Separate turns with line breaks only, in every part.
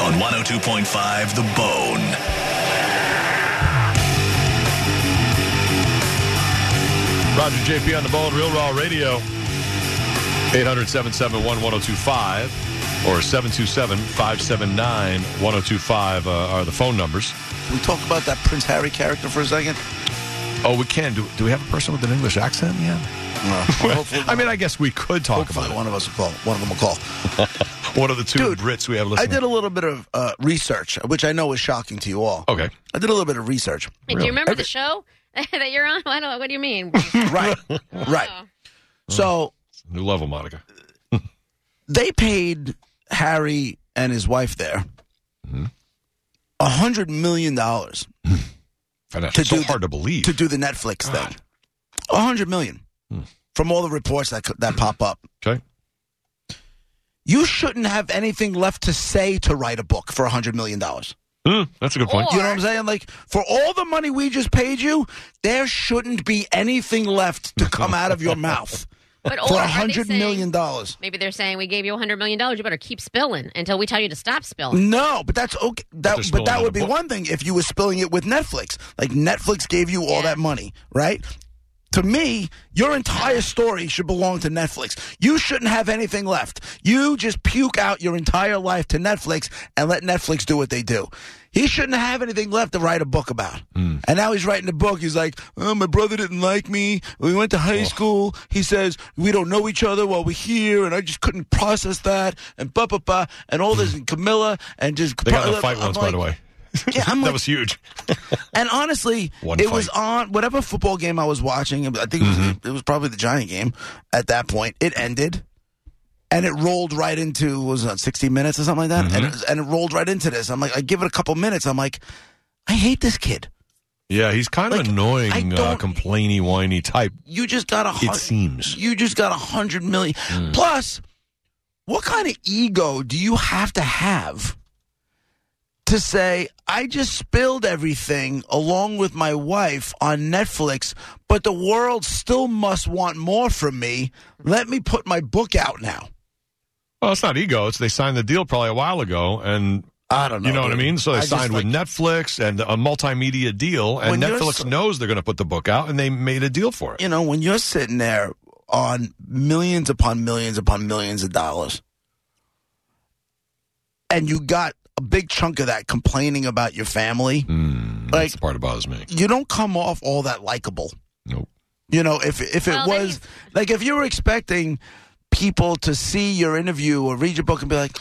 on 102.5 The Bone.
Roger JP on the Bone, Real Raw Radio. 800 771 1025 or 727 579 1025 uh, are the phone numbers.
Can we talk about that Prince Harry character for a second?
Oh, we can. Do, do we have a person with an English accent yet?
No. hopefully,
I mean, I guess we could talk
hopefully
about
one of us will call. One of them will call.
it. One of the two
Dude,
Brits we have
I
listening.
did a little bit of uh, research, which I know is shocking to you all.
Okay.
I did a little bit of research.
Wait, Do you remember the show that you're on? I don't, what do you mean?
Right. right.
Oh.
So
New level, Monica.
they paid Harry and his wife there a hundred million dollars
I know.
To
so
do
hard to believe.
to do the Netflix thing. A hundred million from all the reports that co- that pop up.
okay.
You shouldn't have anything left to say to write a book for a hundred million dollars.
Hmm, that's a good point.
Or-
You know what I'm saying? Like for all the money we just paid you, there shouldn't be anything left to come out of your mouth
But
for
or
a
are they
hundred
saying-
million dollars.
Maybe they're saying we gave you a hundred million dollars. You better keep spilling until we tell you to stop spilling.
No, but that's okay. That,
they're
but
spilling
that
on
would
the
be
book.
one thing if you were spilling it with Netflix. Like Netflix gave you all
Yeah.
that money, right? To me, your entire story should belong to Netflix. You shouldn't have anything left. You just puke out your entire life to Netflix and let Netflix do what they do. He shouldn't have anything left to write a book about.
Hmm.
And now he's writing a book. He's like, oh, my brother didn't like me. We went to high school. He says, we don't know each other while we're here. And I just couldn't process that. And blah, blah, blah. And all this. And Camilla. And just.
They got in the
I'm
fight once, by
like-
the way.
Yeah, I'm
that
like,
was huge.
and honestly,
One
it was
fight. Mm-hmm.
on whatever football game I was watching. I think it was, it was probably the Giant game at that point. It ended, and it rolled right into what was it, sixty minutes or something like that,
Mm-hmm.
and, it, was- and it rolled right into this. I'm like, I give it a couple minutes. I'm like, I hate this kid.
Yeah, he's kind of
Like, I
annoying, uh,
don't-
complainy, whiny type.
You just got a. hun-
It seems.
You just got a hundred million. Plus, what kind of ego do you have to have to say, I just spilled everything along with my wife on Netflix, but the world still must want more from me. Let me put my book out now.
Well, it's not ego. It's they signed the deal probably a while ago, and
I don't know.
you know what I
Oh, dude.
mean. So they
I just,
signed with
like,
Netflix and a multimedia deal, and
When you're
Netflix
so-
knows they're going to put the book out, and they made a deal for it.
You know, when you're sitting there on millions upon millions upon millions of dollars, and you got a big chunk of that complaining about your family, like
That's the part that bothers me.
you don't come off all that likable.
Nope.
You know, if if it
Well, then
was like if you were expecting people to see your interview or read your book and be like,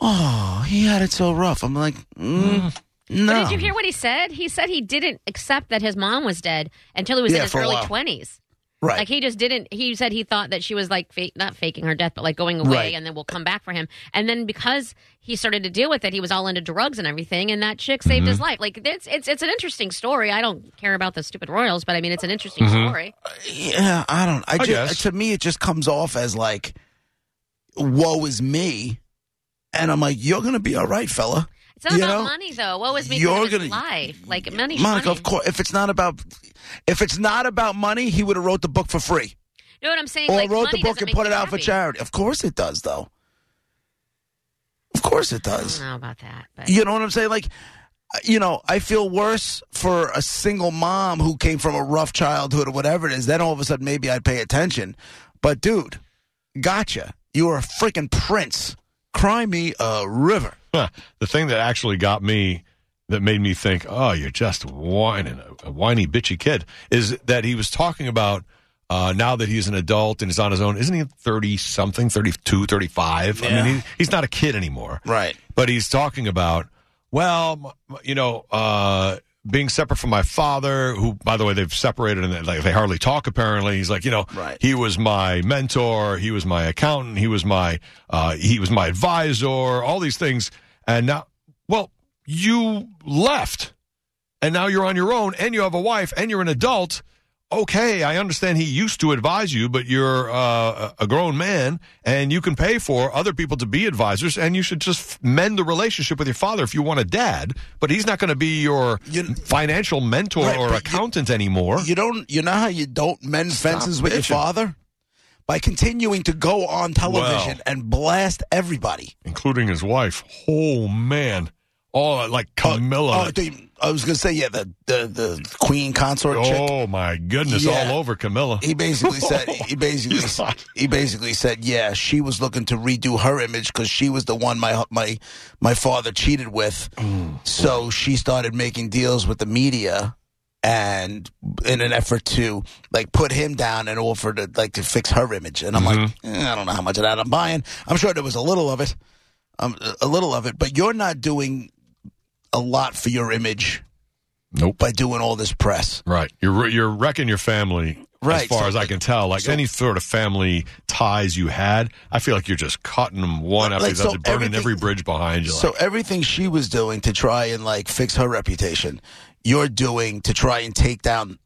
"Oh, he had it so rough," I'm like, mm,
But
"No."
did you hear what he said? He said he didn't accept that his mom was dead until he was
Yeah,
in his
for a
early
while.
twenties.
right?
Like he just didn't. He said he thought that she was like fake, not faking her death, but like going away,
Right.
and then we'll come back for him. And then because he started to deal with it, he was all into drugs and everything, and that chick saved
Mm-hmm.
his life. Like it's it's it's an interesting story. I don't care about the stupid royals, but I mean it's an interesting
Mm-hmm.
story.
yeah, I don't. I, just
guess.
to me it just comes off as like, "Woe is me," and I'm like, "You're gonna be all right, fella."
It's not
You
about
know,
money though. What was me
you're
his
gonna-
life? Like money,
Monica,
money.
of course. If it's not about, if it's not about money, he would have wrote the book for free.
You know what I'm saying?
or
like,
wrote the
money
book
doesn't
and
make
put
me
it out for
happy.
charity. Of course it does, though. Of course it
I don't
does.
know about that, but
You know what I'm saying? Like, you know, I feel worse for a single mom who came from a rough childhood or whatever it is. Then all of a sudden, maybe I'd pay attention. But dude, gotcha. You are a freaking prince. Cry me a river.
Huh. The thing that actually got me, that made me think, oh, you're just whining, a whiny, bitchy kid, is that he was talking about uh, now that he's an adult and he's on his own. Isn't he 30 something, 32, 35? I mean, he, he's not a kid anymore.
Right.
But he's talking about, well, m- m- you know, uh, being separate from my father, who, by the way, they've separated and they, like, they hardly talk. Apparently, he's like, you know,
Right.
he was my mentor, he was my accountant, he was my uh, he was my advisor, all these things. And now, well, you left, and now you're on your own, and you have a wife, and you're an adult. Okay, I understand he used to advise you, but you're uh, a grown man, and you can pay for other people to be advisors, and you should just mend the relationship with your father if you want a dad. But he's not going to be your
You-
financial mentor
Right,
or
but you-
accountant anymore.
You don't. You know how you don't mend fences with your
bitching.
father by continuing to go on television and blast everybody.
including his wife. Oh man, Oh, like Camilla.
Oh, dude, I was gonna say yeah, the the, the queen consort chick.
Oh my goodness,
Yeah.
all over Camilla.
He basically said he basically he basically said yeah, she was looking to redo her image because she was the one my my my father cheated with. So she started making deals with the media. And in an effort to like put him down and offer to like to fix her image, and I'm like, eh, I don't know how much of that I'm buying. I'm sure there was a little of it, um, a little of it, but you're not doing a lot for your image
Nope.
by doing all this press.
Right. You're re- you're wrecking your family as
Right,
far
so-
as I can tell. Like
so-
any sort of family ties you had, I feel like you're just cutting them one after
Like,
the other,
so
burning every
everything-
bridge behind you.
So everything she was doing to try and like fix her reputation, you're doing to try and take down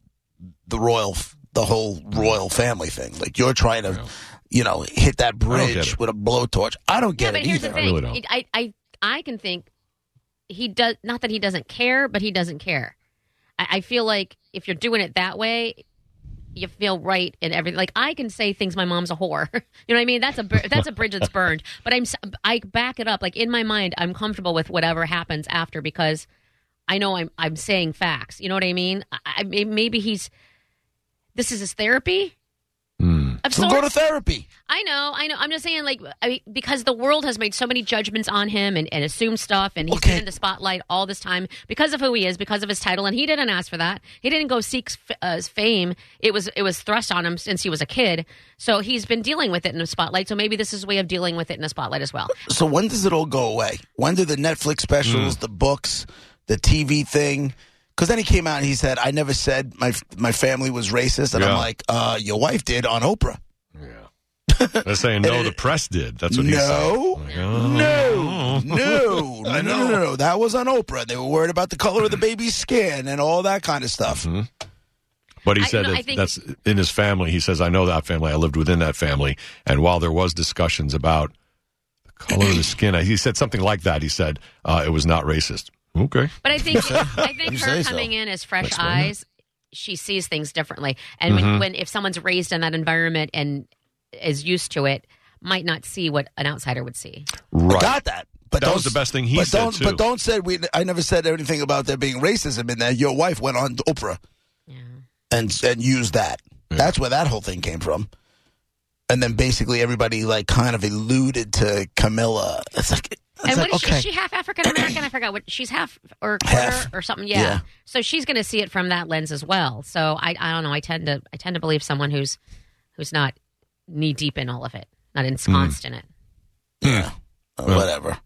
the royal, f- the whole royal family thing. Like you're trying to, you know, hit that
get
bridge
it.
with a blowtorch. I don't
Yeah,
get
but
it
here's
either.
the
I
thing.
really don't.
It- I, I, I can think he does not that he doesn't care, but he doesn't care. I, I feel like if you're doing it that way, you feel right in everything. Like I can say things. My mom's a whore. you know what I mean? That's a br- that's a bridge that's burned. But I'm s- I back it up. Like in my mind, I'm comfortable with whatever happens after because I know I'm I'm saying facts. You know what I mean? I, I may- maybe he's this is his therapy. Of
Hmm. So go
sorts.
to therapy.
I know, I know. I'm just saying, like, I mean, because the world has made so many judgments on him and, and assumed stuff, and he's
Okay.
been in the spotlight all this time because of who he is, because of his title, and he didn't ask for that. He didn't go seek f- uh, fame. It was it was thrust on him since he was a kid, so he's been dealing with it in the spotlight. So maybe this is a way of dealing with it in the spotlight as well.
So when does it all go away? When do the Netflix specials,
Mm.
the books, the TV thing? Because then he came out and he said, "I never said my my family was racist," and
Yeah.
I'm like, uh, "Your wife did on Oprah."
yeah. They're saying no, the press did. That's what he's saying.
No.
Like, oh.
No, no, no, no, no, no. That was on Oprah. They were worried about the color of the baby's skin and all that kind of stuff.
Mm-hmm. But he
I-
said
no, I
that
think-
that's in his family. He says, I know that family. I lived within that family. And while there was discussions about the color of the skin, he said something like that. He said uh, it was not racist. Okay.
But I think I think
You
her
say so.
coming in as fresh
That's right.
eyes, she sees things differently. And
Mm-hmm.
when, when if someone's raised in that environment and is used to it, might not see what an outsider would see.
Right.
I got that. But
That
don't,
was the best thing he
but
said,
Don't,
too.
But don't say we. I never said anything about there being racism in there. Your wife went on to Oprah
Yeah.
and and used that. That's where that whole thing came from. And then basically everybody like kind of alluded to Camilla. It's like, it's
And
like,
what is
okay.
she? She half African American. I forgot what she's half or quarter
Half.
or something. Yeah.
Yeah.
So she's going to see it from that lens as well. So I, I don't know. I tend to, I tend to believe someone who's, who's not knee deep in all of it, not
Hmm.
ensconced in it.
yeah, Uh, whatever.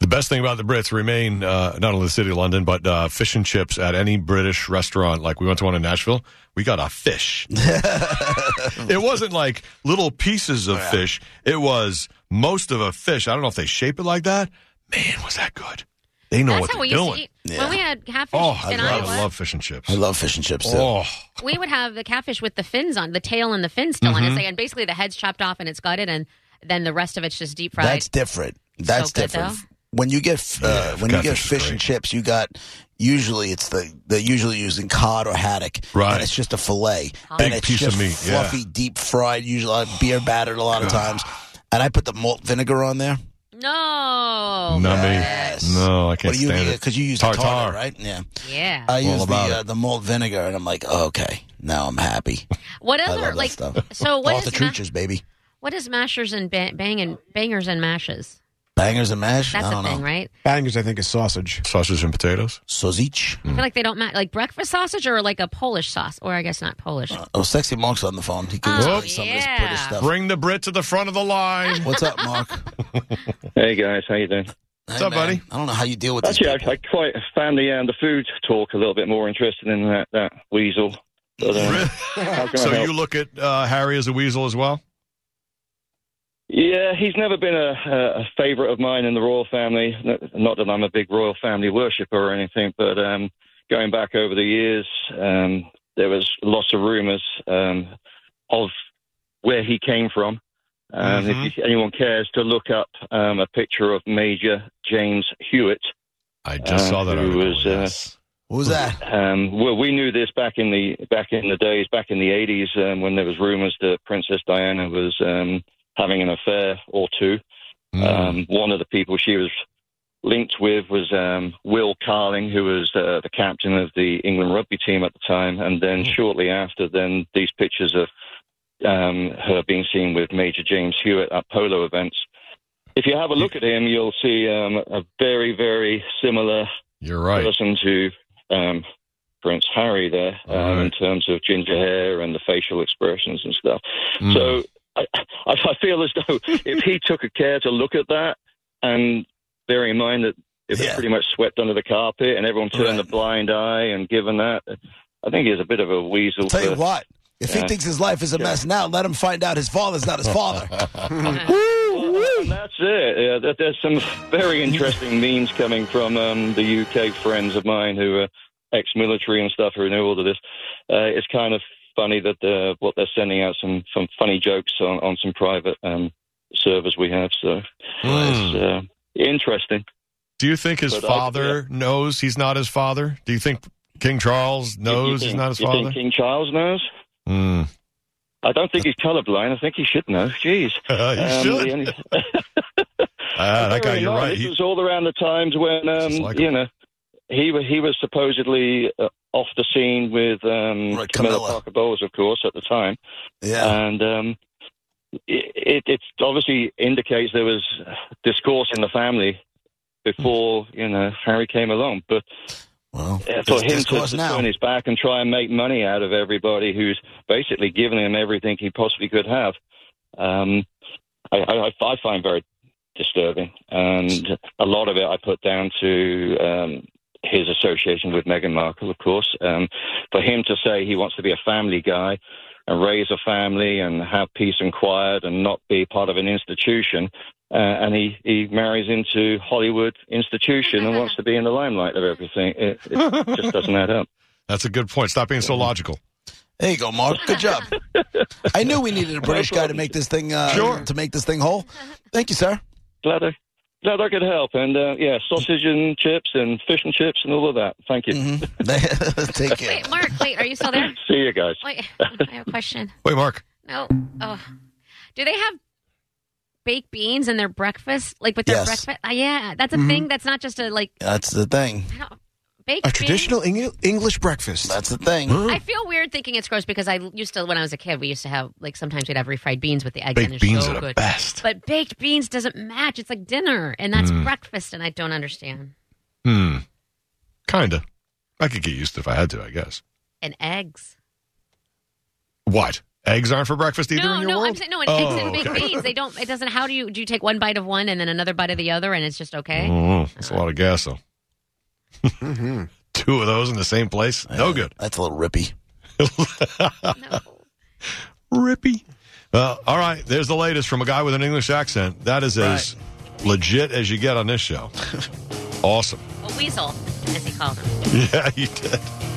The best thing about the Brits remain uh, not only the city of London, but uh, fish and chips at any British restaurant. Like we went to one in Nashville, we got a fish. it wasn't like little pieces
Oh,
of fish, it was most of a fish. I don't know if they shape it like that. Man, was that good. They know
That's
what
how
they're
we used
doing.
to eat
Yeah.
when we had catfish
Oh, I
in
love,
Iowa.
I love fish and chips.
I love fish and chips too.
Oh,
we would have the catfish with the fins on, the tail and the fin still
Mm-hmm.
on it, and basically the head's chopped off and it's gutted, and then the rest of it's just deep fried.
That's different. That's
good,
different.
though.
When you get uh,
Yeah,
when you get
catfish is
fish
great.
and chips, you got usually it's the they're usually using cod or haddock,
Right.
And it's just a fillet,
Big
and it's
piece of
just
meat, yeah.
fluffy, deep fried, usually uh, beer battered a lot of times. And I put the malt vinegar on there.
no.
not
yes.
me. No, I can't
What do you
stand it.
because you use
tartar,
the tartar, right? Yeah,
Yeah.
I
All
use the
about
uh, the malt vinegar, and I'm like, oh, okay, now I'm happy.
what
I
other
love
like?
that stuff.
So what
Off
is
the
ma-
treacher's, baby.
what is mashers and ba- bang and bangers and mashes?
Bangers and mash.
That's
I
a
don't
thing,
know.
right?
Bangers, I think, is sausage.
Sausage and potatoes.
Sausage.
I feel like they don't match, like breakfast sausage or like a Polish sauce, or I guess not Polish.
Oh, sexy Mark's on the phone. He can
Oh,
tell you some of
yeah.
this British stuff.
Bring the Brit to the front of the line.
What's up, Mark?
Hey guys, how you doing?
What's
up, buddy?
I don't know how you deal with this.
Actually, I, I quite found the um, the food talk a little bit more interesting than that, that weasel. But, um, how can I
so
help?
you look at uh, Harry as a weasel as well?
Yeah, he's never been a, a, a favourite of mine in the royal family. Not that I'm a big royal family worshipper or anything, but um, going back over the years, um, there was lots of rumours um, of where he came from. Um, If
Mm-hmm.
you- anyone cares to look up um, a picture of Major James Hewitt,
I just
Uh,
saw that
who
article.
was, uh,
yes.
What was that?
Um, well, we knew this back in the back in the days, back in the eighties, um, when there was rumours that Princess Diana was um, having an affair or two.
Mm.
Um, one of the people she was linked with was um, Will Carling, who was uh, the captain of the England rugby team at the time. And then shortly after, then these pictures of um, her being seen with Major James Hewitt at polo events. If you have a look at him, you'll see um, a very, very similar
You're right.
person to um, Prince Harry there um,
All right.
in terms of ginger hair and the facial expressions and stuff.
Mm.
So I, I, I feel as though if he took a care to look at that and bear in mind that it was
Yeah.
pretty much swept under the carpet and everyone turned
Right.
a blind eye and given that, I think he's a bit of a weasel.
Tell you
for-
what, if he
uh, Yeah.
thinks his life is a mess now, let him find out his father's not his father.
Uh,
Uh, And that's it. Yeah, there- there's some very interesting memes coming from um, the UK friends of mine who are ex-military and stuff who know all of this. Uh, it's kind of funny that uh, what they're sending out some some funny jokes on, on some private um, servers we have. So
Mm.
it's uh, interesting.
Do you think his
But I- uh,
father knows he's not his father? Do you think King Charles
You
knows
think-
he's not his
you
father?
Think King Charles knows.
Mm.
I don't think he's colorblind. I think he should know. Jeez.
you
Um,
should.
the only-
Ah, that guy,
Very
you're
nice.
right.
This
He-
was all around the times when um,
Just like
you
him.
know he wa- he was supposedly uh, off the scene with um,
Right,
Camilla
Camilla.
Parker Bowles, of course, at the time,
Yeah.
and um, it, it it obviously indicates there was discourse in the family before
Hmm.
you know Harry came along, but
Well,
uh, for
there's
him to,
discourse
to
now.
turn his back and try and make money out of everybody who's basically given him everything he possibly could have, um, I, I, I find very disturbing. And a lot of it I put down to um, his association with Meghan Markle, of course. Um, for him to say he wants to be a family guy and raise a family and have peace and quiet and not be part of an institution. Uh, and he, he marries into Hollywood institution and wants to be in the limelight of everything. It, it just doesn't add up.
That's a good point. Stop being so logical.
There you go, Mark. Good job. I knew we needed a British guy to make this thing uh,
Sure.
to make this thing whole. Thank you, sir.
Glad I, glad I could help. And uh, yeah, sausage and chips and fish and chips and all of that. Thank
Mm.
you.
Mm-hmm. Take care.
Wait, Mark, wait, are you still there?
See you guys.
Wait, I have a question.
Wait, Mark.
No. Oh. Do they have baked beans in their breakfast? Like with their
Yes.
breakfast? Uh, yeah, that's a thing. That's not just a like
That's the thing.
I don't, baked
A
beans?
traditional Eng- English breakfast.
That's the thing.
I feel weird thinking it's gross because I used to when I was a kid we used to have like sometimes we'd have refried beans with the eggs and
Baked
it's
beans
so
are the
good.
best.
But baked beans doesn't match. It's like dinner and that's breakfast and I don't understand.
Hmm. Kinda. I could get used to it if I had to, I guess.
And eggs.
What? Eggs aren't for breakfast either
no,
in your
no,
world?
I'm saying no, and
Oh,
eggs and baked
okay.
beans. They don't it doesn't how do you do you take one bite of one and then another bite of the other and it's just okay?
Mm, That's a lot of gas, though. Two of those in the same place? No good.
That's a little rippy.
Mm.
No.
Rippy. Uh, all right. There's the latest from a guy with an English accent. That is as legit as you get on this show. awesome.
A weasel, as he called him.
Yeah, you did.